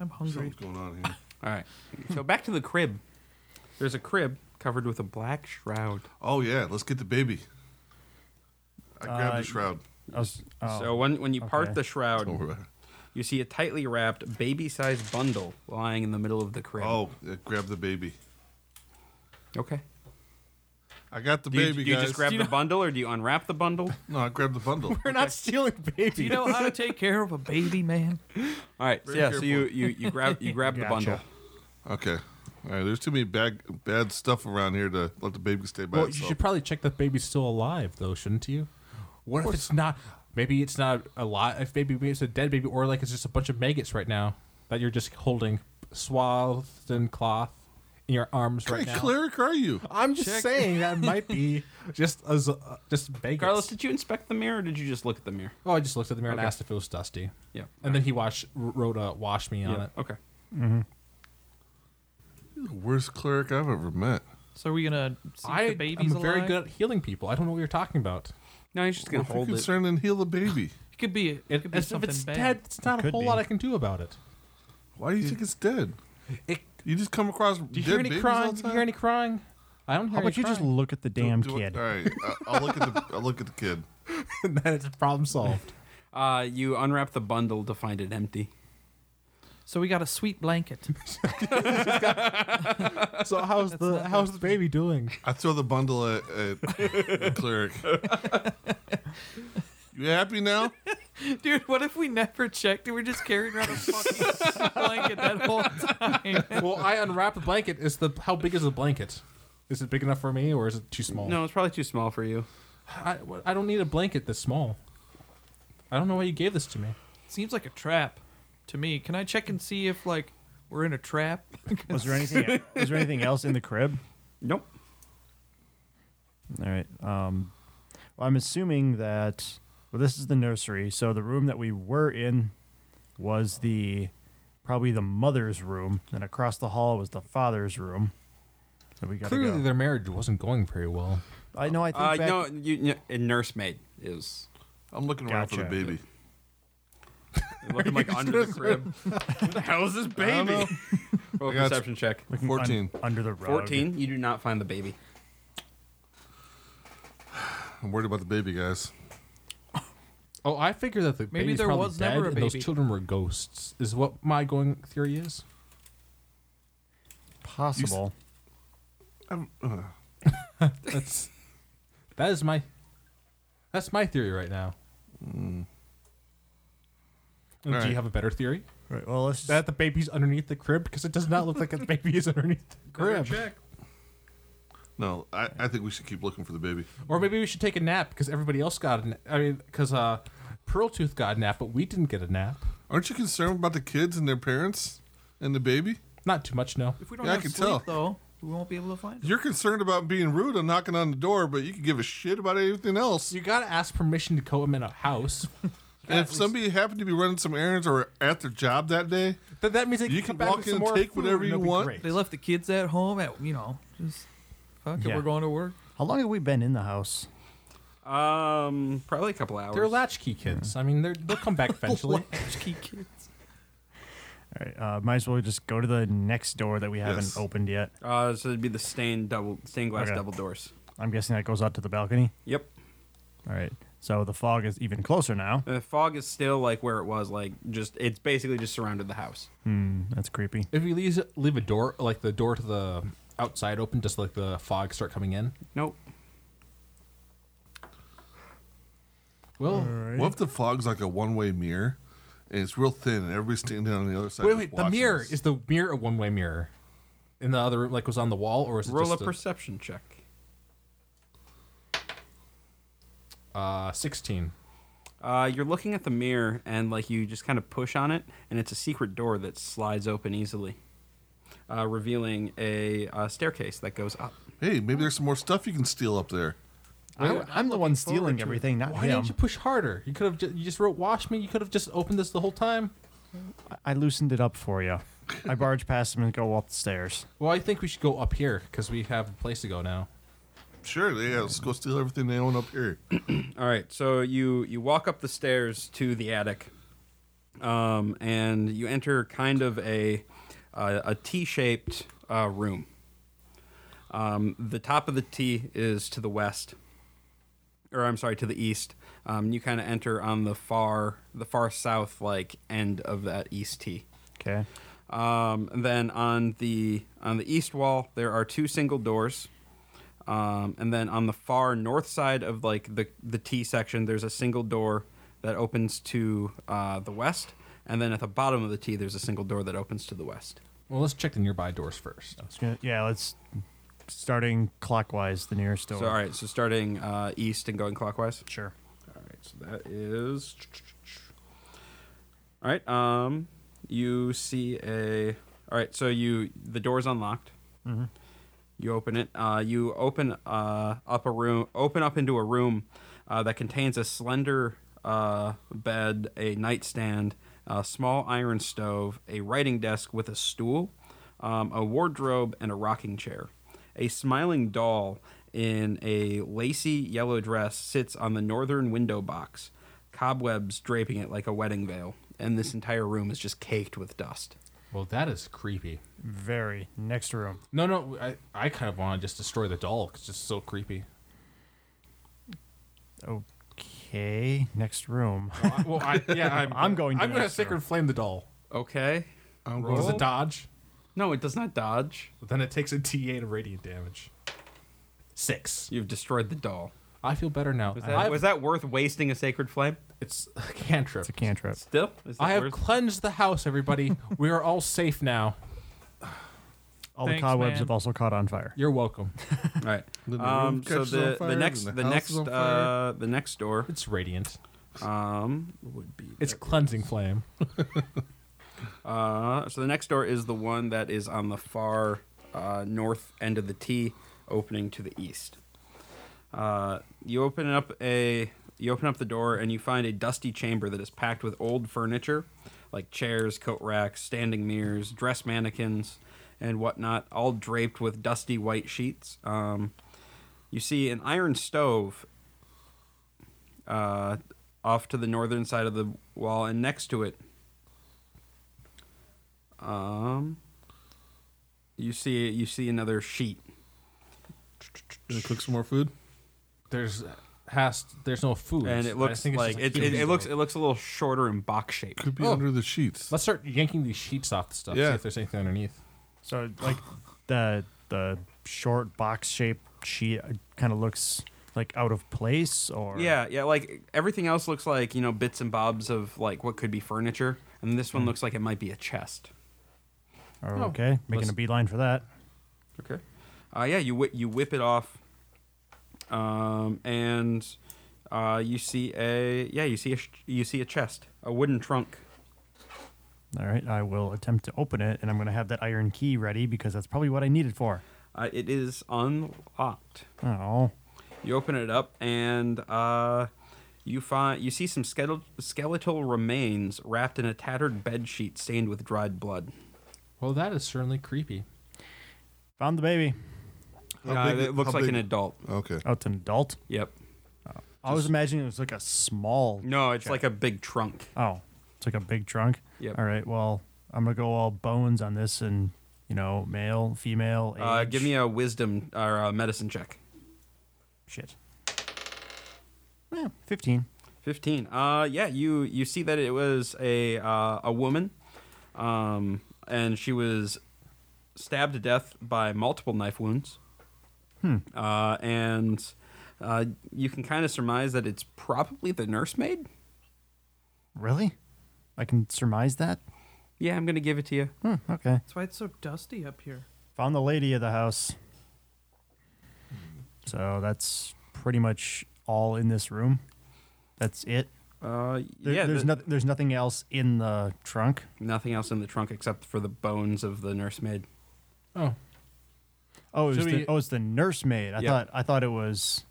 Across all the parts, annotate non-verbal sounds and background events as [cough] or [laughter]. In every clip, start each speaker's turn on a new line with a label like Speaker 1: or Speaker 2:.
Speaker 1: I'm hungry.
Speaker 2: Something's going on here.
Speaker 3: All right. So back to the crib. There's a crib covered with a black shroud.
Speaker 2: Oh yeah, let's get the baby. I grabbed
Speaker 4: Uh,
Speaker 2: the shroud.
Speaker 4: I was,
Speaker 2: uh,
Speaker 4: oh,
Speaker 3: So when when you part
Speaker 4: okay.
Speaker 3: the
Speaker 5: oh,
Speaker 3: shroud,
Speaker 2: Don't worry about it.
Speaker 3: you see a tightly wrapped baby-sized bundle lying in the middle of the crib.
Speaker 2: Oh, yeah, grab the baby.
Speaker 3: okay.
Speaker 2: I got the
Speaker 3: Do you,
Speaker 2: baby,
Speaker 3: do you
Speaker 2: guys.
Speaker 3: just grab
Speaker 4: Do you
Speaker 3: the
Speaker 4: know-
Speaker 3: bundle, or do you unwrap the [laughs] bundle?
Speaker 2: no, I grabbed the
Speaker 5: [laughs]
Speaker 2: bundle.
Speaker 4: we're not stealing babies.
Speaker 1: Do you know how to take care of a baby, man?
Speaker 3: All right. So,
Speaker 2: Very
Speaker 3: yeah. So you
Speaker 2: careful.
Speaker 3: you you grab you
Speaker 2: [laughs]
Speaker 3: grab the bundle.
Speaker 4: Gotcha.
Speaker 2: Okay. All right. There's too many bad bad stuff around here to let the baby stay by
Speaker 5: Well, you
Speaker 2: itself.
Speaker 5: should probably check that baby's still alive, though, shouldn't you? What if it's not? Maybe it's not alive. Maybe maybe it's a dead baby, or like it's just a bunch of maggots right now that you're just holding swathed in cloth in your arms right
Speaker 2: Hey,
Speaker 5: now.
Speaker 2: cleric, are you?
Speaker 5: I'm just saying that might be [laughs] just as uh, just maggots.
Speaker 3: Carlos, did you inspect the mirror, or did you just look at the mirror?
Speaker 5: oh, I just looked at the mirror
Speaker 3: Okay.
Speaker 5: and asked if it was dusty,
Speaker 3: Yeah.
Speaker 5: and then he watched wrote a "wash me" on
Speaker 3: Yeah.
Speaker 5: it.
Speaker 3: Okay.
Speaker 2: You're the worst cleric I've ever met.
Speaker 1: So are we gonna see
Speaker 5: I
Speaker 1: if the baby's
Speaker 5: am very
Speaker 1: alive?
Speaker 5: good at healing people. I don't know what you're talking about.
Speaker 3: No, he's just gonna
Speaker 2: If you're
Speaker 3: hold it.
Speaker 2: concerned, then heal the baby.
Speaker 1: It could be. It,
Speaker 5: It,
Speaker 1: could be
Speaker 5: as if
Speaker 1: something
Speaker 5: it's
Speaker 1: bad.
Speaker 5: dead, it's not a
Speaker 4: could
Speaker 5: whole
Speaker 4: be.
Speaker 5: lot I can do about it.
Speaker 2: Why do you think it's dead?
Speaker 5: It
Speaker 2: You just come across
Speaker 5: Do you
Speaker 2: dead
Speaker 5: hear any
Speaker 2: babies all
Speaker 5: crying?
Speaker 2: the
Speaker 5: Do you
Speaker 2: time.
Speaker 5: hear any crying? I don't hear
Speaker 4: How
Speaker 5: any
Speaker 4: about you just
Speaker 5: crying.
Speaker 4: look at the
Speaker 2: Do-
Speaker 4: damn
Speaker 2: do it-
Speaker 4: kid?
Speaker 2: All right. I- I'll look at the I'll look at the kid.
Speaker 5: and then it's problem solved.
Speaker 3: Uh, you unwrap the bundle to find it empty.
Speaker 1: So we got a sweet blanket.
Speaker 5: so how's the how's the baby [laughs] doing?
Speaker 2: I throw the bundle at, at the cleric. You happy now?
Speaker 1: [laughs] Dude, what if we never checked and we're just carrying [laughs] around a fucking blanket that whole time?
Speaker 5: well, I unwrap the blanket. Is the how big is the blanket? Is it big enough for me, or is it too
Speaker 2: Oh.
Speaker 5: small?
Speaker 3: No, it's probably too small for you.
Speaker 5: I, what- I don't need a blanket this small. I don't know why you gave this to me.
Speaker 1: [laughs] Seems like a trap to me. Can I check and see if like we're in a [laughs] trap?
Speaker 4: Was there anything? was there anything else in the crib?
Speaker 3: Nope.
Speaker 4: All right. Um, well, I'm assuming that. Well, this is the nursery, so the room that we were in was the probably the mother's room, and across the hall was the father's room. So we gotta
Speaker 5: Clearly,
Speaker 4: go.
Speaker 5: their marriage wasn't going very well.
Speaker 4: I know. I think
Speaker 3: Uh,
Speaker 4: back,
Speaker 3: no, you, you- a nursemaid is
Speaker 2: I'm looking around for the
Speaker 4: Gotcha.
Speaker 2: baby.
Speaker 3: looking like under the crib. Where the hell is this
Speaker 2: don't
Speaker 3: baby? [laughs] Roll a
Speaker 2: I got
Speaker 3: perception check.
Speaker 4: looking un-
Speaker 2: 14.
Speaker 4: under the rug.
Speaker 3: Fourteen. You do not find the baby.
Speaker 2: I'm worried about the baby, guys.
Speaker 5: Oh, I figure that the
Speaker 1: Maybe
Speaker 5: baby's
Speaker 1: there
Speaker 5: probably
Speaker 1: was
Speaker 5: dead,
Speaker 1: never a
Speaker 5: and those
Speaker 1: baby.
Speaker 5: children were ghosts. Is what my going theory is.
Speaker 4: Possible.
Speaker 2: I'm, uh,
Speaker 5: That's that is my that's my theory right now. Hmm. Do
Speaker 2: All right.
Speaker 5: you have a better theory?
Speaker 4: Right. Well, let's just,
Speaker 5: That the baby's underneath the crib because it does not look like the baby is underneath the crib.
Speaker 2: no, I, I think we should keep looking for the baby.
Speaker 5: Or maybe we should take a nap because everybody else got a nap. I mean, because uh, Pearl Tooth got a nap, but we didn't get a nap.
Speaker 2: Aren't you concerned about the kids and their parents and the baby?
Speaker 5: Not too much, no.
Speaker 1: If we don't
Speaker 2: Yeah, I
Speaker 1: have
Speaker 2: can
Speaker 1: sleep
Speaker 2: tell.
Speaker 1: though, we won't be able to find it.
Speaker 2: You're concerned about being rude and knocking on the door, but you can give a shit about anything else.
Speaker 5: You gotta ask permission to go in a house.
Speaker 2: And if somebody happened to be running some errands or at their job that day,
Speaker 5: Then that means they
Speaker 2: You can
Speaker 5: come back
Speaker 2: walk
Speaker 5: with
Speaker 2: in
Speaker 5: some
Speaker 2: and
Speaker 5: more
Speaker 2: take
Speaker 5: food
Speaker 2: whatever you
Speaker 5: it'll be
Speaker 2: want.
Speaker 5: great.
Speaker 1: They left the kids at home at you know just fuck it.
Speaker 4: Yeah.
Speaker 1: We're going to work.
Speaker 4: how long have we been in the house?
Speaker 3: Um, probably a couple hours.
Speaker 5: They're latchkey kids. I mean, they're, they'll
Speaker 2: [laughs]
Speaker 5: come back eventually.
Speaker 1: Latchkey kids.
Speaker 4: All right. Uh, might as well just go to the next door that we haven't
Speaker 2: Yes.
Speaker 4: opened yet.
Speaker 3: Uh, so it'd be the stained double stained glass
Speaker 4: Okay.
Speaker 3: double doors.
Speaker 4: I'm guessing that goes out to the balcony.
Speaker 3: Yep.
Speaker 4: All right. So the fog is even closer now.
Speaker 3: And the fog is still like where it was. Like just it's basically just surrounded the house.
Speaker 4: Hmm. That's creepy.
Speaker 5: If you leave leave a door like the door to the outside open, just like the fog start coming in.
Speaker 3: Nope.
Speaker 5: Well,
Speaker 2: what if the fog's like a one way mirror and it's real thin and everybody's standing on the other side?
Speaker 5: wait,
Speaker 2: just
Speaker 5: wait. The
Speaker 2: watching
Speaker 5: mirror
Speaker 2: us?
Speaker 5: is the mirror a one way mirror? In the other room, like was on the wall, or is it
Speaker 3: Roll a
Speaker 5: just
Speaker 3: perception check.
Speaker 5: uh, sixteen?
Speaker 3: Uh, you're looking at the mirror and like you just kind of push on it, and it's a secret door that slides open easily, uh, revealing a uh, staircase that goes up.
Speaker 2: Hey, maybe there's some more stuff you can steal up there.
Speaker 4: I, I'm the one stealing everything, not
Speaker 5: Why
Speaker 4: him.
Speaker 5: didn't you push harder? You could have. Ju- you just wrote "wash me." You could have just opened this the whole time.
Speaker 4: I- I loosened it up for [laughs] you. I barge past him and go up the stairs.
Speaker 5: Well, I think we should go up here because we have a place to go now.
Speaker 2: Sure, yeah, let's go steal everything they own up here.
Speaker 3: All right, so you you walk up the stairs to the attic, um, and you enter kind of a uh, a T shaped uh, room. Um, the top of the T is to the west, or I'm sorry, to the east. Um, you kind of enter on the far the far south like end of that east T.
Speaker 4: Okay.
Speaker 3: Um, and then on the on the east wall, there are two single doors. Um, and then on the far north side of like the the T section, there's a single door that opens to uh, the west. And then at the bottom of the T, there's a single door that opens to the west.
Speaker 5: Well, let's check the nearby doors first.
Speaker 4: It's gonna- Yeah, let's starting clockwise the nearest door.
Speaker 3: So all right, so starting uh, east and going clockwise.
Speaker 4: Sure.
Speaker 3: All right, so that is. All right. Um, you see a. All right, so you the door's unlocked. You open it. Uh, you open uh, up a room. Open up into a room uh, that contains a slender uh, bed, a nightstand, a small iron stove, a writing desk with a stool, um, a wardrobe, and a rocking chair. A smiling doll in a lacy yellow dress sits on the northern window box, cobwebs draping it like a wedding veil. And this entire room is just caked with dust.
Speaker 5: Well, that is creepy.
Speaker 4: Very next room.
Speaker 5: No, no, I, I kind of want to just destroy the doll. 'cause It's just so creepy.
Speaker 4: Okay, next room.
Speaker 5: I- Uh, well, I,
Speaker 4: [laughs]
Speaker 5: yeah, I'm,
Speaker 4: I'm going to
Speaker 5: I'm going to
Speaker 4: next
Speaker 5: sacred
Speaker 4: room.
Speaker 5: flame the doll.
Speaker 3: Okay.
Speaker 2: I'm
Speaker 5: Um, Does
Speaker 2: going
Speaker 5: it dodge?
Speaker 3: No, it does not dodge.
Speaker 5: Then it takes a T8 of radiant damage. Six.
Speaker 3: You've destroyed the doll.
Speaker 5: I feel better now.
Speaker 3: Was
Speaker 5: I
Speaker 3: that, was that worth wasting a sacred flame?
Speaker 5: it's a cantrip.
Speaker 4: It's a cantrip.
Speaker 3: Still, is that
Speaker 5: I have
Speaker 3: worth-
Speaker 5: cleansed the house, everybody. we are all safe now.
Speaker 4: All
Speaker 1: Thanks,
Speaker 4: the cobwebs
Speaker 1: man.
Speaker 4: have also caught on fire.
Speaker 5: You're welcome.
Speaker 3: All right.
Speaker 2: Then the
Speaker 3: Um,
Speaker 2: room
Speaker 3: so
Speaker 2: catches
Speaker 3: the,
Speaker 2: on fire,
Speaker 3: the
Speaker 2: then
Speaker 3: next
Speaker 2: the
Speaker 3: the
Speaker 2: house
Speaker 3: next
Speaker 2: is on fire.
Speaker 3: uh, the next door
Speaker 5: It's radiant.
Speaker 3: um would be
Speaker 5: It's cleansing flame.
Speaker 3: uh so the next door is the one that is on the far uh, north end of the T, opening to the east. Uh, you open up a you open up the door and you find a dusty chamber that is packed with old furniture, like chairs, coat racks, standing mirrors, dress mannequins, and whatnot, all draped with dusty white sheets. Um, you see an iron stove uh, off to the northern side of the wall, and next to it, um, you see you see another sheet.
Speaker 2: Gonna cook some more food.
Speaker 5: There's has there's no food.
Speaker 3: and it
Speaker 5: I
Speaker 3: looks
Speaker 5: think it's
Speaker 3: like
Speaker 5: just a
Speaker 3: it,
Speaker 5: cube.
Speaker 3: it, it looks it looks a little shorter and box shaped.
Speaker 2: Could be
Speaker 5: Oh.
Speaker 2: under the sheets.
Speaker 5: Let's start yanking these sheets off the stuff. See
Speaker 2: Yeah.
Speaker 5: if there's anything underneath.
Speaker 4: So like the the short box shaped sheet kind of looks like out of place or
Speaker 3: Yeah, yeah. Like everything else looks like you know bits and bobs of like what could be furniture, and this
Speaker 5: Hmm.
Speaker 3: one looks like it might be a chest.
Speaker 4: or okay, making
Speaker 5: Let's-
Speaker 4: a beeline for that.
Speaker 3: Okay. Uh, yeah, you whi you whip it off, um, and uh, you see a yeah you see a sh- you see a chest, a wooden trunk.
Speaker 4: All right, I will attempt to open it and I'm going to have that iron key ready because that's probably what I need it for.
Speaker 3: Uh, it is unlocked.
Speaker 4: Oh.
Speaker 3: You open it up and uh, you find you see some skeletal, skeletal remains wrapped in a tattered bed sheet stained with dried blood.
Speaker 5: Well, that is certainly creepy.
Speaker 4: Found the baby.
Speaker 2: How
Speaker 3: Uh,
Speaker 2: big-
Speaker 3: it
Speaker 2: how
Speaker 3: looks like
Speaker 2: big-
Speaker 3: an adult.
Speaker 2: Okay.
Speaker 4: Oh, it's an adult.
Speaker 3: Yep.
Speaker 4: I was imagining it was like a small.
Speaker 3: No, it's like a big trunk.
Speaker 4: Oh, it's like a big trunk.
Speaker 3: Yep.
Speaker 4: All right. Well, I'm gonna go all bones on this, and you know, male, female, age.
Speaker 3: Uh, give me a wisdom or a medicine check.
Speaker 4: shit. Yeah, Fifteen.
Speaker 3: Fifteen. Uh, yeah, you you see that it was a uh, a woman, um, and she was stabbed to death by multiple knife wounds.
Speaker 4: Hmm.
Speaker 3: Uh, and uh, you can kind of surmise that it's probably the nursemaid.
Speaker 4: Really? I can surmise that.
Speaker 3: Yeah, I'm gonna give it to you.
Speaker 4: Hmm, okay.
Speaker 1: That's why it's so dusty up here.
Speaker 4: Found the lady of the house. So that's pretty much all in this room. That's it.
Speaker 3: Uh,
Speaker 4: There-
Speaker 3: yeah,
Speaker 4: there's
Speaker 3: the-
Speaker 4: nothing. There's nothing else in the trunk.
Speaker 3: nothing else in the trunk except for the bones of the nursemaid.
Speaker 5: Oh,
Speaker 4: Oh, it was
Speaker 5: Should
Speaker 4: the,
Speaker 5: we-
Speaker 4: oh, it's the nursemaid. I
Speaker 3: Yeah.
Speaker 4: thought. I thought it was.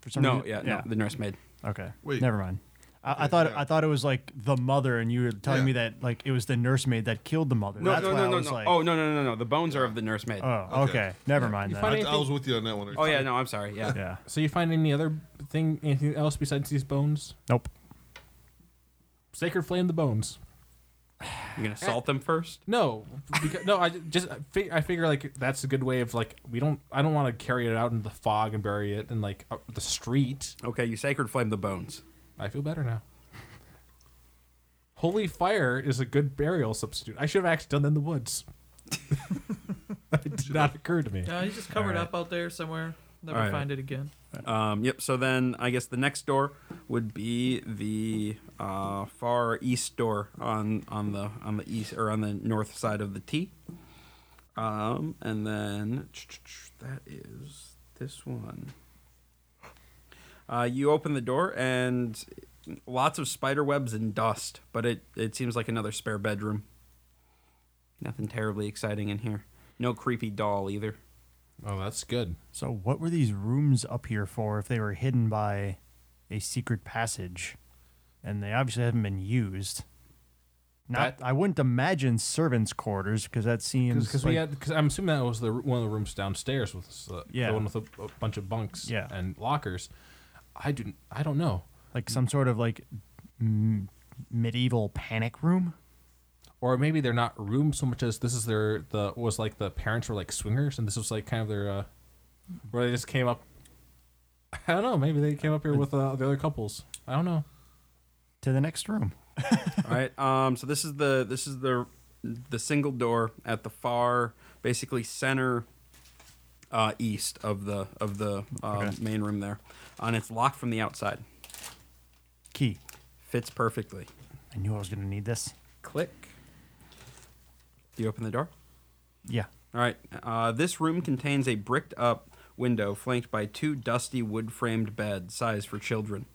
Speaker 4: For some
Speaker 3: No,
Speaker 4: reason,
Speaker 3: yeah, no, the nursemaid.
Speaker 4: Okay.
Speaker 2: Wait.
Speaker 4: Never mind. I, I thought I thought it was like the mother, and you were telling
Speaker 2: Yeah.
Speaker 4: me that like it was the nursemaid that killed the mother.
Speaker 3: No,
Speaker 4: That's
Speaker 3: no,
Speaker 4: why
Speaker 3: no,
Speaker 4: I
Speaker 3: no,
Speaker 4: was
Speaker 3: no.
Speaker 4: like,
Speaker 3: oh no, no, no, no. The bones are of the nursemaid.
Speaker 4: oh, okay.
Speaker 2: Okay.
Speaker 4: Never mind that.
Speaker 5: find
Speaker 2: I, I
Speaker 5: anything-
Speaker 2: was with you on that one.
Speaker 3: oh yeah, no, I'm sorry. Yeah.
Speaker 4: yeah.
Speaker 5: So you find any other thing, anything else besides these bones?
Speaker 4: Nope.
Speaker 5: Sacred flame the bones.
Speaker 3: You're gonna salt them first.
Speaker 5: No, because, no. I ju- just I fig- I figure like that's a good way of like we don't. I don't want to carry it out in the fog and bury it in like up the street.
Speaker 3: Okay, you sacred flame the bones.
Speaker 5: I feel better now. Holy fire is a good burial substitute. I should have actually done that in the woods. [laughs] it did not occur to me.
Speaker 1: No, he's just covered
Speaker 3: All right.
Speaker 1: up out there somewhere. Never
Speaker 3: All right.
Speaker 1: find it again.
Speaker 3: Um, yep. So then I guess the next door would be the uh, far east door on on the on the east or on the north side of the T. Um, and then that is this one. Uh, you open the door and lots of spider webs and dust, but it, it seems like another spare bedroom. Nothing terribly exciting in here. No creepy doll either.
Speaker 5: Oh, that's good.
Speaker 4: So what were these rooms up here for if they were hidden by a secret passage, and they obviously haven't been used? Not,
Speaker 5: That-
Speaker 4: I wouldn't imagine servants' quarters because that seems
Speaker 5: Because
Speaker 4: like-
Speaker 5: we had, because I'm assuming that was the r- one of the rooms downstairs with this, uh,
Speaker 4: Yeah.
Speaker 5: the one with a, a bunch of bunks
Speaker 4: Yeah.
Speaker 5: and lockers. I do, I don't know,
Speaker 4: like some sort of like m- medieval panic room.
Speaker 5: or maybe they're not rooms so much as this is their the was like the parents were like swingers and this was like kind of their uh, where they just came up. I don't know. Maybe they came up here with uh, the other couples. I don't know.
Speaker 4: to the next room.
Speaker 3: All right. Um, so this is the this is the the single door at the far, basically center uh, east of the of the uh,
Speaker 4: Okay.
Speaker 3: main room there, and it's locked from the outside.
Speaker 4: Key.
Speaker 3: Fits perfectly.
Speaker 4: I knew I was going to need this.
Speaker 3: Click. You open the door.
Speaker 4: Yeah.
Speaker 3: All right. Uh, this room contains a bricked up window flanked by two dusty wood framed beds, sized for children.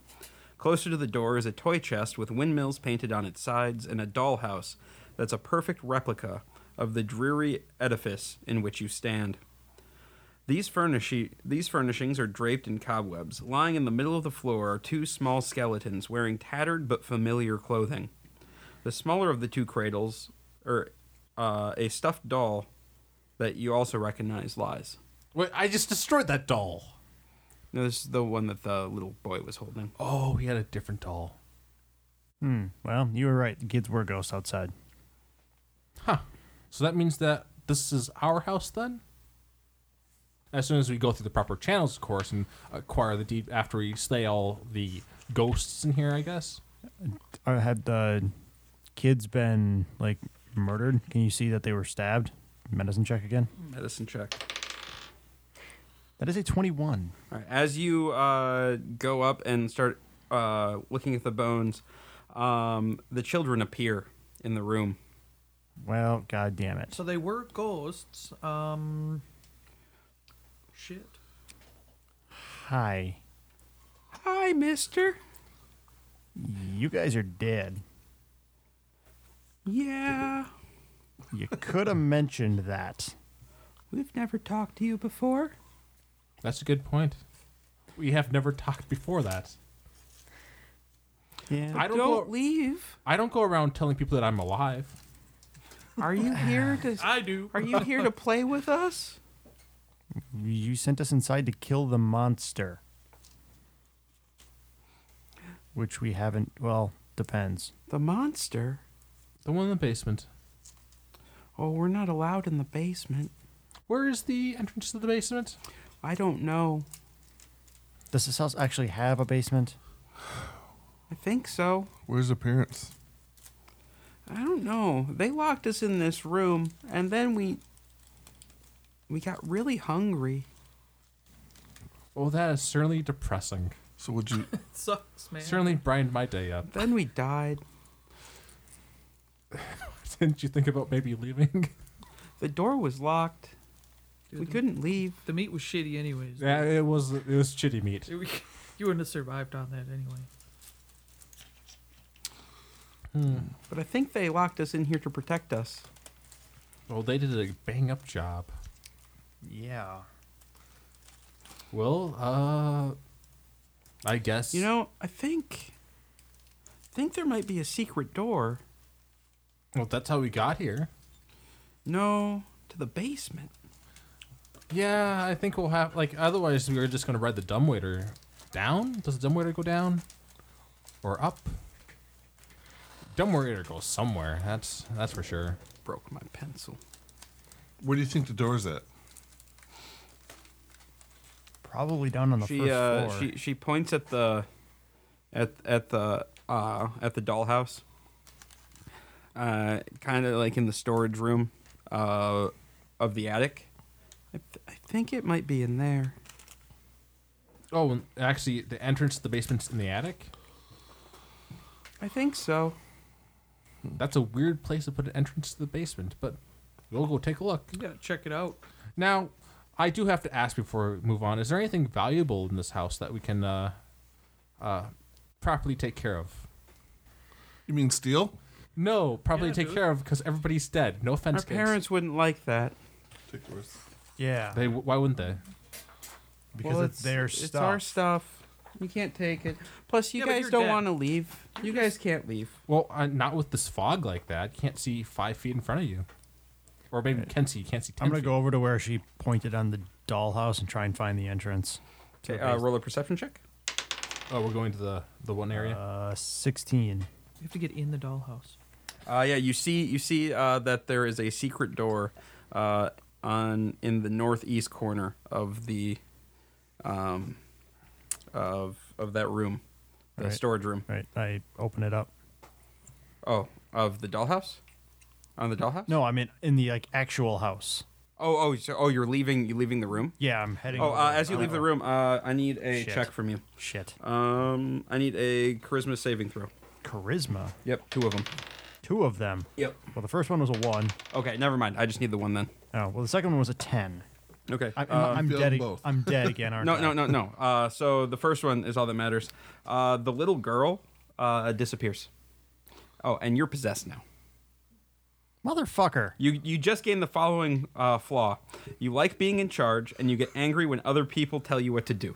Speaker 3: Closer to the door is a toy chest with windmills painted on its sides and a dollhouse that's a perfect replica of the dreary edifice in which you stand. These, furnishi- these furnishings are draped in cobwebs. Lying in the middle of the floor are two small skeletons wearing tattered but familiar clothing. The smaller of the two cradles, or uh, a stuffed doll that you also recognize, lies.
Speaker 5: Wait, I just destroyed that doll.
Speaker 3: No, this is the one that the little boy was holding.
Speaker 5: Oh, he had a different doll.
Speaker 4: Hmm. Well, you were right. The kids were ghosts outside.
Speaker 5: Huh. So that means that this is our house then? As soon as we go through the proper channels, of course, and acquire the deed after we slay all the ghosts in here, I guess.
Speaker 4: Uh, had the kids been like murdered? Can you see that they were stabbed? Medicine check again.
Speaker 3: Medicine check.
Speaker 4: That is a 21.
Speaker 3: All right. As you uh, go up and start uh, looking at the bones, um, the children appear in the room.
Speaker 4: Well, god damn it.
Speaker 1: So they were ghosts. Um, shit.
Speaker 4: Hi.
Speaker 3: Hi, mister.
Speaker 4: You guys are dead.
Speaker 3: Yeah.
Speaker 4: You could have [laughs] mentioned that.
Speaker 3: We've never talked to you before.
Speaker 5: That's a good point. We have never talked before that.
Speaker 4: Yeah.
Speaker 5: I don't,
Speaker 3: Don't
Speaker 5: go,
Speaker 3: leave.
Speaker 5: I don't go around telling people that I'm alive.
Speaker 3: Are [laughs] you here to
Speaker 1: I do.
Speaker 3: Are you here to play with us?
Speaker 4: You sent us inside to kill the monster. Which we haven't. Well, depends.
Speaker 3: The monster?
Speaker 5: The one in the basement.
Speaker 3: Oh, we're not allowed in the basement.
Speaker 5: Where is the entrance to the basement?
Speaker 3: I don't know.
Speaker 4: Does this house actually have a basement?
Speaker 3: I think so.
Speaker 2: Where's the parents?
Speaker 3: I don't know. They locked us in this room, and then we we got really hungry.
Speaker 5: Oh, that is certainly depressing.
Speaker 2: So would you?
Speaker 1: Sucks, man.
Speaker 5: Certainly brightened my day up. [laughs]
Speaker 3: Then we died.
Speaker 5: Didn't you think about maybe leaving? [laughs]
Speaker 3: The door was locked.
Speaker 1: Dude,
Speaker 3: we
Speaker 1: the-
Speaker 3: couldn't leave.
Speaker 1: The meat was shitty, anyways.
Speaker 5: yeah, it was it was shitty meat.
Speaker 1: It- [laughs] You wouldn't have survived on that anyway.
Speaker 3: But I think they locked us in here to protect us.
Speaker 5: Well, they did a bang up job.
Speaker 4: Yeah.
Speaker 5: Well, uh, I guess
Speaker 3: You know, I think think there might be a secret door.
Speaker 5: Well, that's how we got here.
Speaker 3: No, to the basement.
Speaker 5: Yeah, I think we'll have like otherwise we were just gonna ride the dumbwaiter down. Does the dumbwaiter go down or up? Dumbwaiter goes somewhere. That's that's for sure.
Speaker 3: Broke my pencil.
Speaker 2: Where do you think the door's at?
Speaker 4: Probably down on the
Speaker 3: She
Speaker 4: first
Speaker 3: uh,
Speaker 4: floor.
Speaker 3: she she points at the at at the uh at the dollhouse. Uh, kind of like in the storage room, uh, of the attic. I, th- I think it might be in there.
Speaker 5: Oh, and actually, the entrance to the basement's in the attic.
Speaker 3: I think so.
Speaker 5: That's a weird place to put an entrance to the basement, but we'll go take a look.
Speaker 1: Yeah, check it out.
Speaker 5: Now, I do have to ask before we move on: Is there anything valuable in this house that we can uh, uh, properly take care of?
Speaker 2: You mean steel?
Speaker 5: No, properly
Speaker 1: Yeah,
Speaker 5: take
Speaker 1: dude.
Speaker 5: care of because everybody's dead. No
Speaker 3: Our
Speaker 5: offense, kids.
Speaker 3: parents wouldn't like that.
Speaker 2: Take the rest.
Speaker 4: yeah,
Speaker 5: They why wouldn't they?
Speaker 4: because
Speaker 3: well,
Speaker 4: it's, their
Speaker 3: it's
Speaker 4: stuff.
Speaker 3: our stuff. You can't take it. Plus, you
Speaker 1: Yeah, but
Speaker 3: guys
Speaker 1: you're
Speaker 3: don't
Speaker 1: dead.
Speaker 3: want to leave.
Speaker 1: You're
Speaker 3: you guys
Speaker 1: just-
Speaker 3: can't leave.
Speaker 5: Well, uh, not with this fog like that. You can't see five feet in front of you, or maybe you can see. You can't see. 10
Speaker 4: I'm gonna
Speaker 5: feet.
Speaker 4: go over to where she pointed on the dollhouse and try and find the entrance.
Speaker 3: Okay, uh, roll a perception check.
Speaker 5: Oh, we're going to the the one area.
Speaker 4: Uh, 16.
Speaker 1: We have to get in the dollhouse.
Speaker 3: Uh, yeah, you see, you see uh, that there is a secret door uh, on in the northeast corner of the um, of of that room, the
Speaker 4: Right.
Speaker 3: storage room.
Speaker 4: Right, I open it up.
Speaker 3: Oh, of the dollhouse, on the dollhouse.
Speaker 4: No, I mean in the like actual house.
Speaker 3: Oh, oh, so, oh, you're leaving. You leaving the room?
Speaker 4: Yeah, I'm heading.
Speaker 3: Oh, uh,
Speaker 4: over-
Speaker 3: as you leave the room, uh, I need a
Speaker 4: Shit.
Speaker 3: check from you.
Speaker 4: Shit,
Speaker 3: Um, I need a charisma saving throw.
Speaker 4: charisma.
Speaker 3: Yep, two of them.
Speaker 4: Two of them.
Speaker 3: Yep.
Speaker 4: Well, the first one was a one.
Speaker 3: Okay, never mind. I just need the one then.
Speaker 4: Oh, well, the second one was a ten.
Speaker 3: Okay.
Speaker 4: I'm,
Speaker 3: uh,
Speaker 4: I'm, I'm
Speaker 2: Failed
Speaker 4: dead.
Speaker 2: both.
Speaker 4: I'm
Speaker 3: [laughs]
Speaker 4: dead again, aren't
Speaker 3: no,
Speaker 4: I?
Speaker 3: no, no,
Speaker 1: [laughs]
Speaker 3: no. Uh, so the first one is all that matters. Uh, the little girl uh, disappears. Oh, and you're possessed now.
Speaker 4: Motherfucker.
Speaker 3: You you just gained the following uh, flaw: you like being in charge, and you get angry when other people tell you what to do.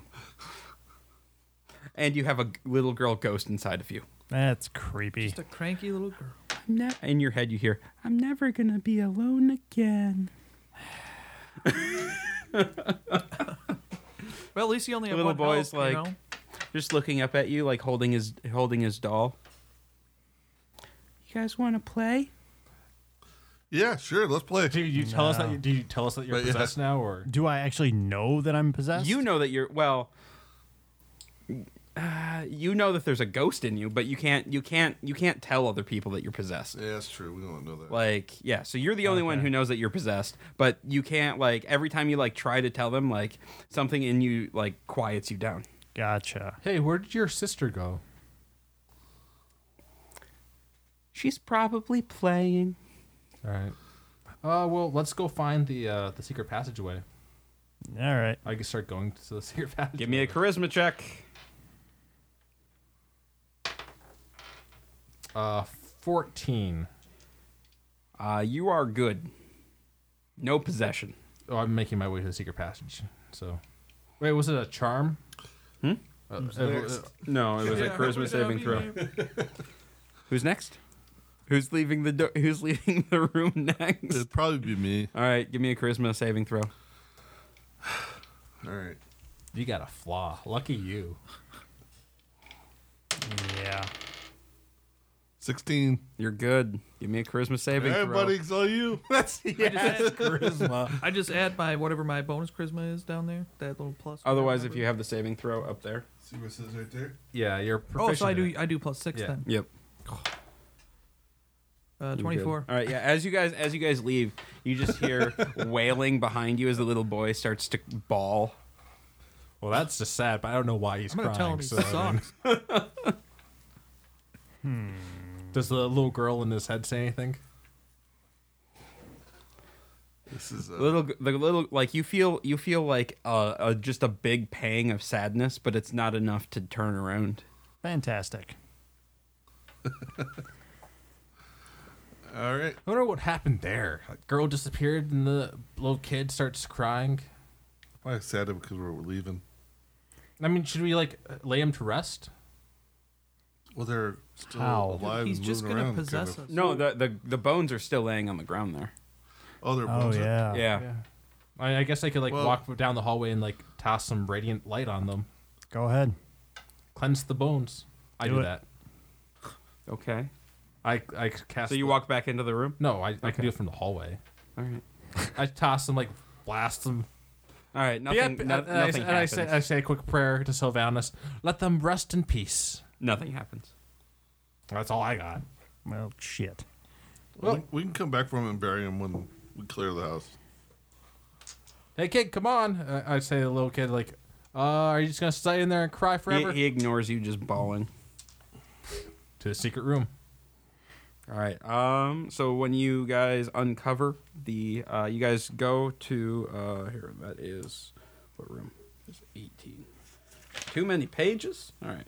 Speaker 3: And you have a g- little girl ghost inside of you.
Speaker 4: That's creepy.
Speaker 1: Just a cranky little girl.
Speaker 3: I'm ne- in your head, you hear, "I'm never gonna be alone again."
Speaker 1: Well, at least you only have
Speaker 3: Little
Speaker 1: one
Speaker 3: boy's
Speaker 1: health, you
Speaker 3: like-
Speaker 1: know?
Speaker 3: Just looking up at you, like holding his holding his doll. You guys want to play?
Speaker 2: Yeah, sure. Let's play.
Speaker 5: do you tell us that? You, do you tell us that you're
Speaker 2: But, yeah.
Speaker 5: possessed now, or
Speaker 4: Do I actually know that I'm possessed?
Speaker 3: You know that you're well. Uh, you know that there's a ghost in you, but you can't you can't you can't tell other people that you're possessed.
Speaker 2: Yeah, that's true. We don't know that.
Speaker 3: Like yeah, so you're the only one who knows that you're possessed, but you can't like every time you like try to tell them like something in you like quiets you down.
Speaker 4: Gotcha.
Speaker 5: hey, where did your sister go?
Speaker 3: She's probably playing.
Speaker 5: All right. Uh, well, let's go find the uh, the secret passageway.
Speaker 4: All right.
Speaker 5: I can start going to the [laughs] secret passageway.
Speaker 3: Give me a charisma check.
Speaker 5: uh fourteen.
Speaker 3: Uh, you are good. No possession.
Speaker 5: Oh, I'm making my way to the secret passage. So, wait, was it a charm? Hmm. Uh, uh, uh,
Speaker 3: No, it was a
Speaker 1: Yeah,
Speaker 3: charisma
Speaker 1: without
Speaker 3: saving
Speaker 1: me,
Speaker 3: throw.
Speaker 1: man.
Speaker 3: Who's next? Who's leaving the do- [laughs] Who's leaving the room next?
Speaker 2: It'd probably be me.
Speaker 3: All right, give me a charisma saving throw.
Speaker 2: All right.
Speaker 5: you got a flaw. Lucky you.
Speaker 4: Yeah.
Speaker 2: 16.
Speaker 3: You're good. Give me a charisma saving
Speaker 2: Hey,
Speaker 3: throw.
Speaker 2: buddy, it's all [laughs] you.
Speaker 3: That's- yeah.
Speaker 5: Charisma.
Speaker 1: I just add my whatever my bonus charisma is down there. That little plus.
Speaker 3: Otherwise, if you have the saving throw up there.
Speaker 2: See what it says right there?
Speaker 5: yeah, you're
Speaker 1: oh,
Speaker 5: proficient.
Speaker 1: so I
Speaker 5: in
Speaker 1: do.
Speaker 5: it.
Speaker 1: I do plus six
Speaker 5: Yeah.
Speaker 1: then.
Speaker 3: Yep.
Speaker 1: Uh, Twenty-four.
Speaker 3: All right. Yeah. As you guys as you guys leave, you
Speaker 2: [laughs]
Speaker 3: just hear wailing behind you as the little boy starts to bawl.
Speaker 5: Well, that's just sad, but I don't know why he's
Speaker 1: I'm gonna
Speaker 5: crying.
Speaker 1: tell him he
Speaker 5: so, I mean,
Speaker 1: sucks.
Speaker 5: does the little girl in his head say anything?
Speaker 2: This is uh,
Speaker 3: Little the little like you feel you feel like uh, uh just a big pang of sadness, but it's not enough to turn around.
Speaker 4: [laughs] Fantastic.
Speaker 2: all right.
Speaker 5: I wonder what happened there. Like, girl disappeared, and the little kid starts crying.
Speaker 2: Why sad because we're leaving?
Speaker 5: I mean, should we like lay him to rest?
Speaker 2: Well, they're still
Speaker 4: How?
Speaker 2: alive.
Speaker 1: He's
Speaker 2: and
Speaker 1: just
Speaker 2: moving
Speaker 1: gonna
Speaker 2: around,
Speaker 1: possess us.
Speaker 2: kind of.
Speaker 3: No, the, the the bones are still laying on the ground there.
Speaker 2: Oh, they're
Speaker 4: Oh
Speaker 2: bones are-
Speaker 4: yeah.
Speaker 3: yeah.
Speaker 5: Yeah. I, I guess I could like
Speaker 2: Well-
Speaker 5: walk down the hallway and like toss some radiant light on them,
Speaker 4: Go ahead.
Speaker 5: cleanse the bones. I
Speaker 4: Do
Speaker 5: do,
Speaker 4: it.
Speaker 5: that.
Speaker 3: Okay.
Speaker 5: I I cast.
Speaker 3: So you walk back into the room.
Speaker 5: No, I, I
Speaker 3: Okay.
Speaker 5: can do it from the hallway.
Speaker 3: All right.
Speaker 5: I toss them like blast them.
Speaker 3: All right. Nothing.
Speaker 5: Yeah,
Speaker 3: no-
Speaker 5: and I-
Speaker 3: nothing
Speaker 5: and I
Speaker 3: happens.
Speaker 5: say I say a quick prayer to Sylvanas. Let them rest in peace.
Speaker 3: nothing happens.
Speaker 5: That's all I got.
Speaker 4: Well, shit.
Speaker 2: Well, we- we can come back from and bury him when we clear the house.
Speaker 5: Hey kid, come on! I, I say to the little kid like, uh, "Are you just gonna stay in there and
Speaker 3: He,
Speaker 5: cry forever?"
Speaker 3: he ignores you, just bawling.
Speaker 5: To the secret room.
Speaker 3: All right. Um. So when you guys uncover the, uh, you guys go to uh, here. That is what room? It's eighteen. Too many pages. All right.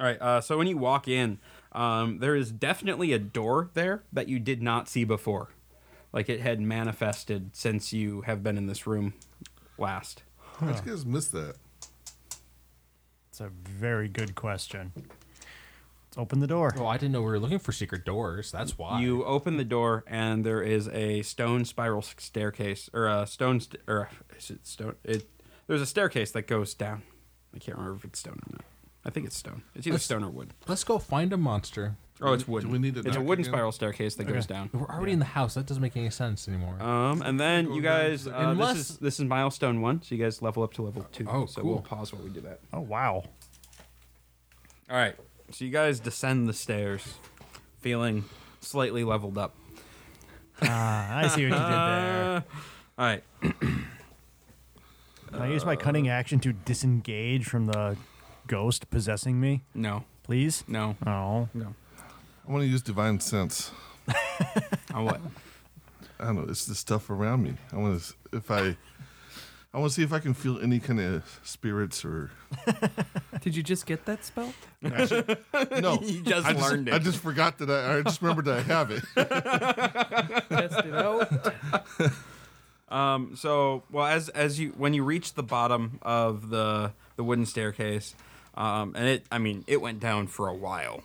Speaker 3: All right. Uh, so when you walk in, um, there is definitely a door there that you did not see before, like it had manifested since you have been in this room last.
Speaker 2: How'd you guys miss that?
Speaker 4: It's a very good question. Let's open the door.
Speaker 5: Oh, I didn't know we were looking for secret doors. That's why.
Speaker 3: You open the door, and there is a stone spiral s- staircase, or a stone, st- or is it stone? It there's a staircase that goes down. I can't remember if it's stone or not. I think it's stone. It's either
Speaker 5: Let's-
Speaker 3: stone or wood.
Speaker 5: Let's go find a monster.
Speaker 3: Oh, it's wooden.
Speaker 2: we need to
Speaker 3: it's a
Speaker 2: knock
Speaker 3: wooden
Speaker 2: again?
Speaker 3: spiral staircase that goes down.
Speaker 5: We're already in the house. That doesn't make any sense anymore.
Speaker 3: Um, and then
Speaker 2: Go
Speaker 3: you
Speaker 2: down to
Speaker 3: guys,
Speaker 2: the-
Speaker 3: uh,
Speaker 5: Unless-
Speaker 3: this is this is milestone one, so you guys level up to level two.
Speaker 5: Oh,
Speaker 3: so
Speaker 5: cool.
Speaker 3: we'll pause while we do that.
Speaker 4: Oh wow.
Speaker 3: All right. So you guys descend the stairs, feeling slightly leveled up.
Speaker 4: Ah, I see what you did there.
Speaker 3: [laughs] All right.
Speaker 4: Can I use my cunning action to disengage from the ghost possessing me,
Speaker 3: No.
Speaker 4: please?
Speaker 3: No.
Speaker 4: Oh.
Speaker 3: No.
Speaker 2: I want to use divine sense.
Speaker 3: On what?
Speaker 2: I don't know. It's the stuff around me. I want to if I. I want to see if I can feel any kind of spirits
Speaker 3: [laughs]
Speaker 2: or
Speaker 1: Did you just get that spell?
Speaker 2: no.
Speaker 3: [laughs] You just
Speaker 2: I just,
Speaker 3: learned it.
Speaker 2: I just forgot that I. I just remembered that I have
Speaker 3: [laughs]
Speaker 2: it.
Speaker 1: Test [laughs] it out.
Speaker 3: Um, so, well, as as you when you reach the bottom of the the wooden staircase, um, and it I mean it went down for a while.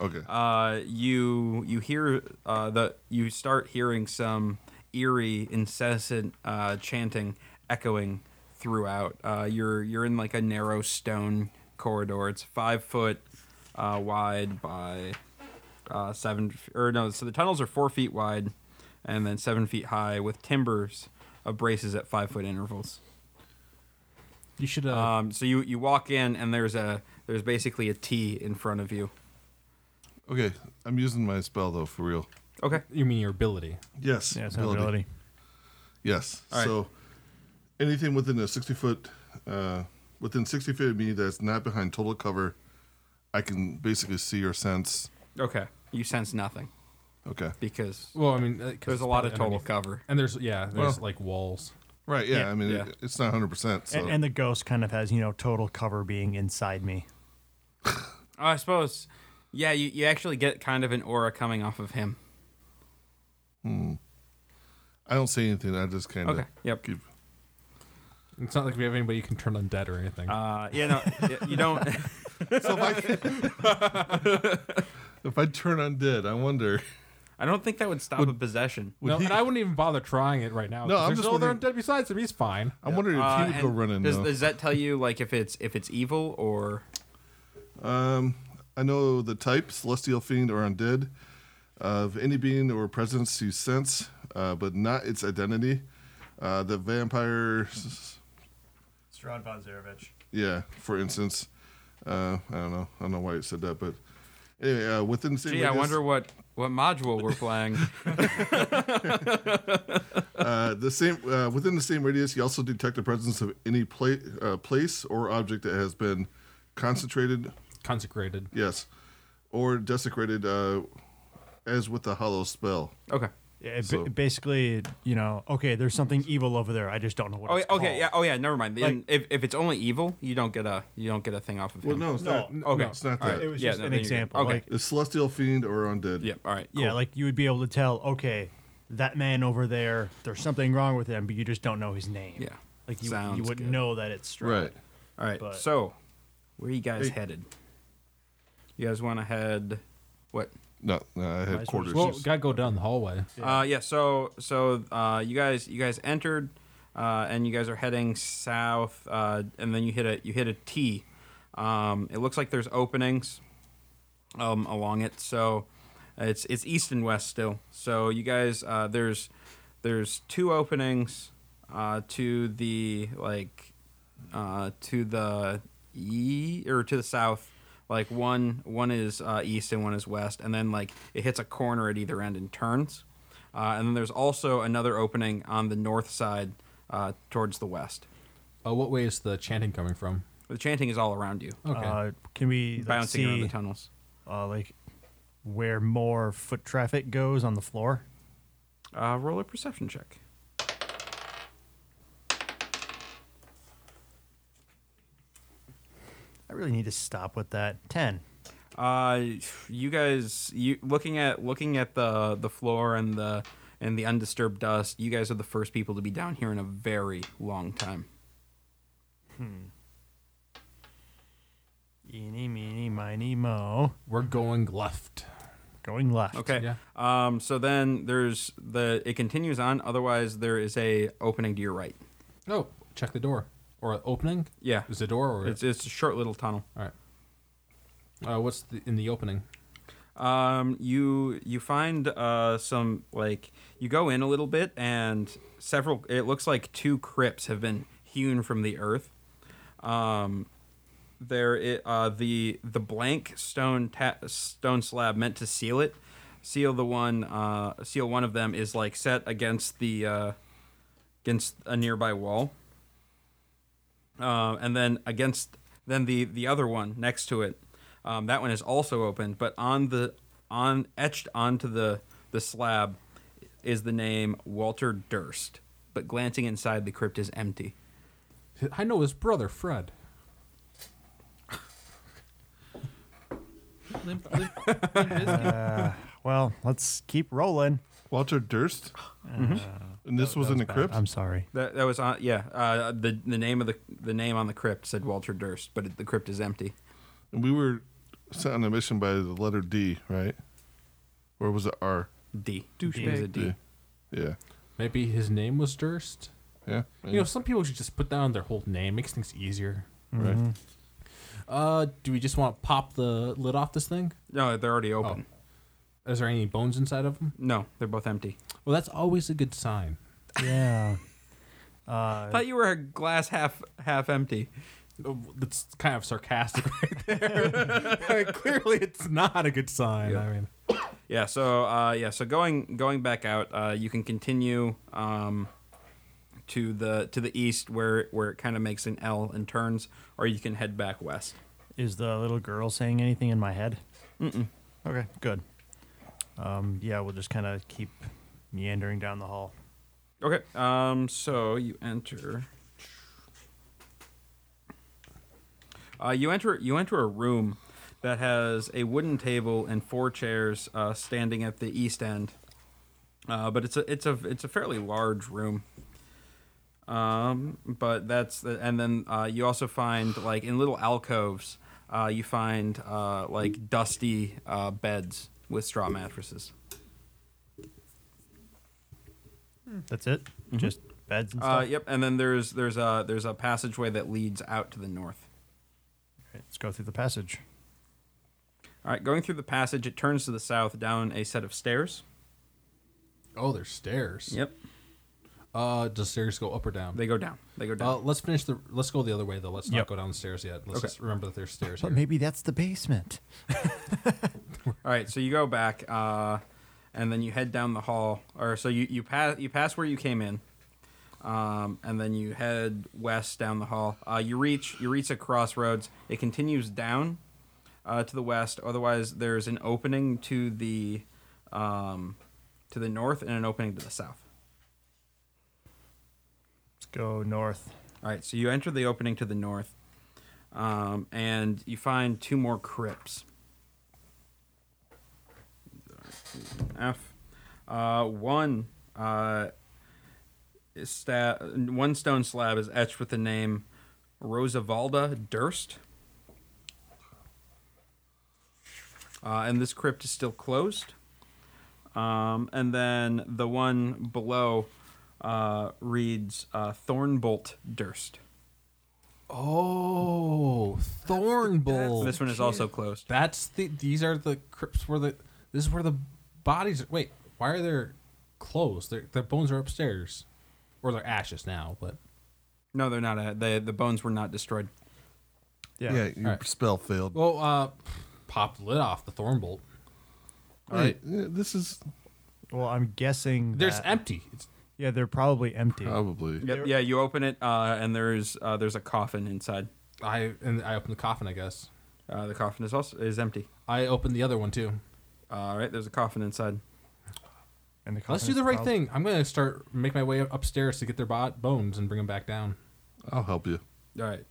Speaker 2: Okay.
Speaker 3: Uh, you you hear uh, the you start hearing some eerie, incessant uh, chanting echoing throughout. Uh, you're you're in like a narrow stone corridor. It's five foot uh, wide by uh, seven f- or no. So the tunnels are four feet wide and then seven feet high with timbers of braces at five foot intervals.
Speaker 5: you should. Uh,
Speaker 3: Um, so you, you walk in and there's a there's basically a T in front of you.
Speaker 2: okay. I'm using my spell though for real.
Speaker 3: Okay.
Speaker 5: you mean your ability?
Speaker 2: Yes.
Speaker 4: Yeah, it's an ability.
Speaker 2: Yes.
Speaker 3: All right.
Speaker 2: So anything within a 60 foot, uh, within 60 feet of me that's not behind total cover, I can basically see or sense.
Speaker 3: Okay. You sense nothing
Speaker 2: Okay.
Speaker 3: because
Speaker 5: Well, I mean, uh, 'cause
Speaker 3: there's
Speaker 5: it's
Speaker 3: a lot of total
Speaker 5: probably underneath.
Speaker 3: cover.
Speaker 5: And there's yeah, there's
Speaker 2: Well-
Speaker 5: like walls.
Speaker 2: Right. Yeah.
Speaker 3: Yeah,
Speaker 2: I mean,
Speaker 3: yeah.
Speaker 2: It, it's not 100%. So.
Speaker 4: And, and the ghost kind of has, you know, total cover being inside me.
Speaker 3: Oh, I suppose. Yeah, you, you actually get kind of an aura coming off of him.
Speaker 2: I don't say anything. I just kind of
Speaker 3: Okay, yep.
Speaker 2: keep.
Speaker 5: It's not like we have anybody you can turn on dead or anything.
Speaker 3: Uh, you know, y- [laughs] you don't.
Speaker 2: So if I, if I turn undead, I wonder.
Speaker 3: I don't think that would stop a possession.
Speaker 5: no,
Speaker 2: he-
Speaker 5: and I wouldn't even bother trying it right now.
Speaker 2: No,
Speaker 5: 'cause
Speaker 2: I'm
Speaker 5: there's
Speaker 2: just
Speaker 5: no other
Speaker 2: wondering-
Speaker 5: undead besides him. He's fine.
Speaker 2: I'm wondering if
Speaker 3: Uh,
Speaker 2: he would go
Speaker 3: and
Speaker 2: running.
Speaker 3: Does,
Speaker 2: though.
Speaker 3: does that tell you like if it's if it's evil or?
Speaker 2: Um, I know the type, celestial fiend or undead, of any being or presence you sense, uh, but not its identity. Uh, the vampire, s-
Speaker 4: Strahd von Zarevich.
Speaker 2: yeah, for instance. Uh, I don't know. I don't know why it said that, but anyway, uh, within the same.
Speaker 3: Gee, I
Speaker 2: radius,
Speaker 3: wonder what what module [laughs] we're playing.
Speaker 2: Uh, the same uh, within the same radius, you also detect the presence of any pla- uh, place or object that has been concentrated
Speaker 5: Consecrated.
Speaker 2: Yes. Or desecrated uh, as with a hollow spell.
Speaker 3: okay.
Speaker 4: Yeah, it
Speaker 2: So-
Speaker 4: ba- basically, you know, okay, there's something evil over there. I just don't know what.
Speaker 3: Oh,
Speaker 4: it's
Speaker 3: yeah, okay. Yeah.
Speaker 4: called.
Speaker 3: Oh, yeah. Never mind. Then
Speaker 4: Like-
Speaker 3: if, if it's only evil, you don't get a you don't get a thing off of him.
Speaker 2: Well, no, it's
Speaker 4: No.
Speaker 2: not.
Speaker 3: Okay.
Speaker 2: It's not
Speaker 3: All
Speaker 2: that.
Speaker 3: right.
Speaker 4: It was
Speaker 3: Yeah,
Speaker 4: just
Speaker 3: no,
Speaker 4: an
Speaker 3: then you're good.
Speaker 4: example.
Speaker 3: Okay.
Speaker 4: Like,
Speaker 2: It's celestial fiend or undead.
Speaker 3: Yeah. All right.
Speaker 4: yeah,
Speaker 3: cool.
Speaker 4: like you would be able to tell. Okay, that man over there, there's something wrong with him, but you just don't know his name.
Speaker 3: Yeah.
Speaker 4: like you,
Speaker 3: Sounds
Speaker 4: you wouldn't
Speaker 3: good.
Speaker 4: know that it's Strahd.
Speaker 2: Right.
Speaker 3: All right.
Speaker 4: But-
Speaker 3: so, Where are you guys
Speaker 2: Hey.
Speaker 3: headed? You guys want to head? What?
Speaker 2: No, no I
Speaker 4: well
Speaker 2: had
Speaker 4: just-
Speaker 2: quarters.
Speaker 5: Well, gotta go down the hallway.
Speaker 3: Uh, yeah. So so uh, you guys you guys entered, uh, and you guys are heading south, uh, and then you hit a you hit a T. Um, it looks like there's openings um, along it. So it's it's east and west still. So you guys uh, there's there's two openings uh, to the like uh, to the e or to the south. Like one one is uh, east and one is west, and then like it hits a corner at either end and turns. Uh, and then there's also another opening on the north side uh, towards the west.
Speaker 5: Uh, what way is the chanting coming from?
Speaker 3: The chanting is all around you,
Speaker 5: Okay.
Speaker 4: Uh, can we like,
Speaker 3: bouncing around the
Speaker 4: see,
Speaker 3: tunnels.
Speaker 4: uh, like where more foot traffic goes on the floor?
Speaker 3: Uh, roll a perception check.
Speaker 4: I really need to stop with that. Ten.
Speaker 3: Uh, you guys, you looking at looking at the the floor and the and the undisturbed dust. You guys are the first people to be down here in a very long time.
Speaker 4: Eeny, meeny, miny, mo.
Speaker 5: We're going left.
Speaker 4: Going left.
Speaker 3: Okay.
Speaker 5: Yeah.
Speaker 3: Um. So then there's the it continues on. Otherwise, there is a opening to your right.
Speaker 5: Oh, check the door or opening.
Speaker 3: Yeah.
Speaker 5: Is the door or
Speaker 3: It's it's a short little tunnel.
Speaker 5: all right? Uh, what's the, in the opening?
Speaker 3: Um, you you find uh, some like you go in a little bit and several. It looks like two crypts have been hewn from the earth. Um, there it uh, the the blank stone ta- stone slab meant to seal it. Seal the one uh, seal one of them is like set against the uh, against a nearby wall. Um, and then against then the the other one next to it, um, that one is also open. But on the on etched onto the the slab is the name Walter Durst. But glancing inside, the crypt is empty.
Speaker 5: I know his brother Fred.
Speaker 1: Limp, limp, limp Bizkit.
Speaker 4: Well, let's keep rolling.
Speaker 2: Walter Durst.
Speaker 4: Uh,
Speaker 3: Mm-hmm.
Speaker 2: and this was in the crypt.
Speaker 4: I'm sorry.
Speaker 3: That, that was on yeah. Uh, the the name of the the name on the crypt said Walter Durst, but it, the crypt is empty.
Speaker 2: And we were sent on a mission by the letter D, right? Or was it R?
Speaker 3: D.
Speaker 1: Douchebag.
Speaker 3: It was a D.
Speaker 2: Yeah.
Speaker 5: Maybe his name was Durst.
Speaker 2: Yeah.
Speaker 5: You know, some people should just put down their whole name. Makes things easier.
Speaker 2: right.
Speaker 5: Uh, do we just want to pop the lid off this thing?
Speaker 3: No, they're already open.
Speaker 5: Is there any bones inside of them?
Speaker 3: No, they're both empty.
Speaker 5: Well, that's always a good sign.
Speaker 4: [laughs] Yeah.
Speaker 3: I
Speaker 4: Uh,
Speaker 3: thought you were a glass half half empty.
Speaker 5: Uh, That's kind of sarcastic [laughs] right there. [laughs] Clearly, it's not a good sign. I mean,
Speaker 3: Yeah. So uh, yeah. So going going back out, uh, you can continue um, to the to the east where where it kind of makes an L and turns, or you can head back west.
Speaker 4: is the little girl saying anything in my head? Mm-mm. Okay, good. Um, yeah, we'll just kind of keep meandering down the hall.
Speaker 3: Okay. Um. So you enter. Uh, you enter you enter a room that has a wooden table and four chairs uh, standing at the east end. Uh, but it's a it's a it's a fairly large room. Um, but that's the, and then uh, you also find like in little alcoves, uh, you find uh, like dusty uh, beds with straw mattresses.
Speaker 4: That's it? Just beds and
Speaker 3: Uh,
Speaker 4: stuff?
Speaker 3: yep, and then there's there's a there's a passageway that leads out to the north.
Speaker 4: Okay, let's go through the passage.
Speaker 3: All right, going through the passage, it turns to the south down a set of stairs.
Speaker 5: oh, there's stairs.
Speaker 3: Yep,
Speaker 5: Uh, does stairs go up or down?
Speaker 3: they go down. They go
Speaker 5: Uh,
Speaker 3: down.
Speaker 5: let's finish the. Let's go the other way though. Let's
Speaker 4: Yep.
Speaker 5: not go down the stairs yet. Let's
Speaker 3: Okay.
Speaker 5: just remember that there's stairs.
Speaker 4: But
Speaker 5: here.
Speaker 4: maybe that's the basement.
Speaker 3: All right, so you go back, uh, and then you head down the hall, or so you you pass you pass where you came in, um, and then you head west down the hall. Uh, you reach you reach a crossroads. It continues down uh, to the west. Otherwise, there's an opening to the um, to the north and an opening to the south.
Speaker 4: Let's go north.
Speaker 3: All right, so you enter the opening to the north, um, and you find two more crypts. F. Uh, one uh, is sta- one stone slab is etched with the name Rosavalda Durst, Uh, and this crypt is still closed. Um, and then the one below uh, reads uh, Thornbolt Durst.
Speaker 5: Oh, Thornbull.
Speaker 3: this one is also closed.
Speaker 5: That's the. These are the crypts where the. This is where the bodies. Are, wait, why are they closed? Their their bones are upstairs, or they're ashes now. But
Speaker 3: No, they're not. Uh, the the bones were not destroyed.
Speaker 4: Yeah.
Speaker 2: your
Speaker 5: Alright.
Speaker 2: spell failed.
Speaker 5: well, uh, pop the lid off the Thornbolt.
Speaker 2: All right, yeah, this is
Speaker 4: Well, I'm guessing
Speaker 5: There's
Speaker 4: that-
Speaker 5: empty. It's,
Speaker 4: yeah, they're probably empty.
Speaker 2: probably.
Speaker 3: Yep, yeah, you open it, uh, and there's uh, there's a coffin inside.
Speaker 5: I and I opened the coffin. I guess
Speaker 3: Uh, the coffin is also is empty.
Speaker 5: I opened the other one too.
Speaker 3: All right, there's a coffin inside.
Speaker 4: and the
Speaker 5: Let's
Speaker 4: coffin
Speaker 5: do
Speaker 4: is
Speaker 5: the right
Speaker 4: prob-
Speaker 5: thing. I'm gonna start make my way upstairs to get their bot bones and bring them back down.
Speaker 2: I'll help you.
Speaker 3: All right,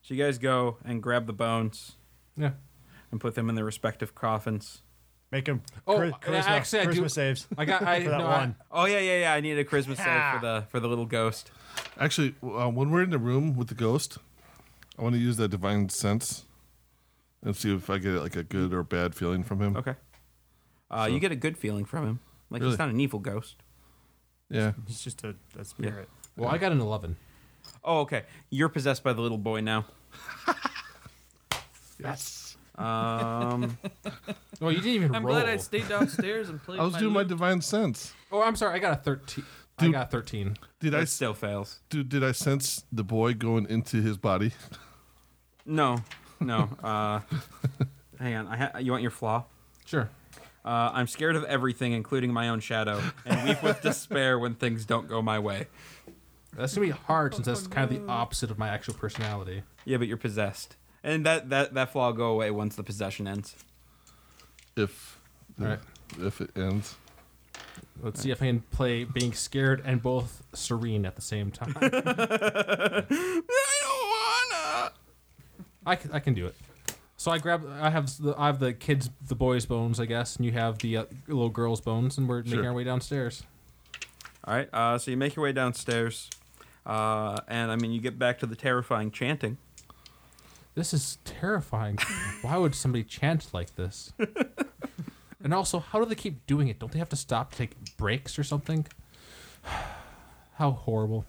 Speaker 3: so you guys go and grab the bones
Speaker 5: Yeah.
Speaker 3: and put them in their respective coffins.
Speaker 4: Make them.
Speaker 5: Oh,
Speaker 4: chari-
Speaker 5: uh,
Speaker 4: charisma,
Speaker 5: actually, I do-
Speaker 4: charisma saves. [laughs]
Speaker 5: I got. I
Speaker 4: For that
Speaker 5: no, I-
Speaker 4: one.
Speaker 3: Oh yeah, yeah, yeah. I need a Christmas save for the for the little ghost.
Speaker 2: Actually, uh, when we're in the room with the ghost, I want to use that divine sense and see if I get like a good or bad feeling from him.
Speaker 3: Okay. Uh, You get a good feeling from him. Like
Speaker 2: Really?
Speaker 3: he's not an evil ghost.
Speaker 2: Yeah.
Speaker 4: He's just a, a spirit.
Speaker 5: well, I got an eleven.
Speaker 3: Oh, okay. You're possessed by the little boy
Speaker 2: [laughs]
Speaker 3: now.
Speaker 2: Yes.
Speaker 3: Um,
Speaker 5: Oh, you didn't even
Speaker 1: I'm
Speaker 5: roll.
Speaker 1: glad I stayed downstairs and played.
Speaker 2: I was
Speaker 1: my
Speaker 2: doing my
Speaker 1: loop.
Speaker 2: divine sense.
Speaker 5: Oh, I'm sorry. I got a 13. I
Speaker 2: Dude.
Speaker 5: got a 13.
Speaker 2: Did I
Speaker 3: that
Speaker 2: s-
Speaker 3: still fails.
Speaker 2: dude, did I sense the boy going into his body?
Speaker 3: No, no. Uh, [laughs] hang on. I ha- you want your flaw?
Speaker 5: Sure.
Speaker 3: Uh, I'm scared of everything, including my own shadow, and weep with despair when things don't go my way.
Speaker 5: That's going to be hard since that's kind
Speaker 1: Oh,
Speaker 5: of the opposite of my actual personality.
Speaker 3: Yeah, but you're possessed, and that that that flaw will go away once the possession ends.
Speaker 2: If
Speaker 5: Alright.
Speaker 2: if it ends.
Speaker 5: Let's see if I can play being scared and both serene at the same time.
Speaker 3: I
Speaker 5: I can, I can do it. So I grab, I have the, I have the kids, the boys' bones, I guess, and you have the uh, little girls' bones, and we're making
Speaker 2: Sure.
Speaker 5: our way downstairs.
Speaker 3: All right. Uh, so you make your way downstairs, uh, and I mean you get back to the terrifying chanting.
Speaker 5: This is terrifying. Why would somebody chant like this? and also, how do they keep doing it? Don't they have to stop to take breaks or something? [sighs] how horrible.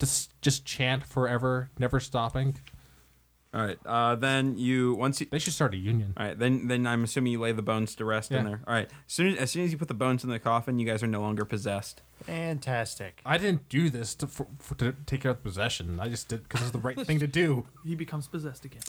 Speaker 5: Just just chant forever, never stopping.
Speaker 3: All right. Uh, then you once you
Speaker 5: They should start a union.
Speaker 3: All right, then then I'm assuming you lay the bones to rest in
Speaker 5: Yeah.
Speaker 3: there. All right, as soon as, as soon as you put the bones in the coffin, you guys are no longer possessed.
Speaker 4: Fantastic.
Speaker 5: I didn't do this to, for, for, to take out possession. I just did because it's the
Speaker 4: [laughs]
Speaker 5: right thing to do.
Speaker 1: He becomes possessed again.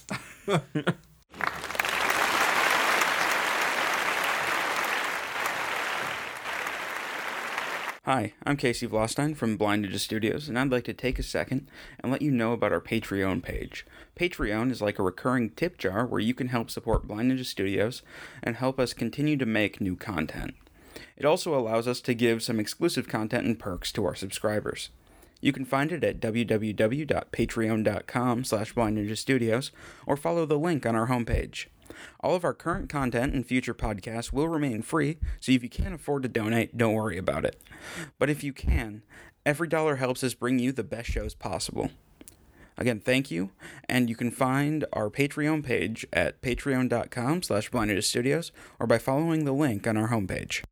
Speaker 6: Hi, I'm Casey Vlostein from Blind Ninja Studios, and I'd like to take a second and let you know about our Patreon page. Patreon is like a recurring tip jar where you can help support Blind Ninja Studios and help us continue to make new content. It also allows us to give some exclusive content and perks to our subscribers. You can find it at www.patreon.com slash Blind Ninja Studios or follow the link on our homepage. All of our current content and future podcasts will remain free, so if you can't afford to donate, don't worry about it. But if you can, every dollar helps us bring you the best shows possible. Again, thank you, and you can find our Patreon page at patreon.com slash Blind Ninja Studios or by following the link on our homepage.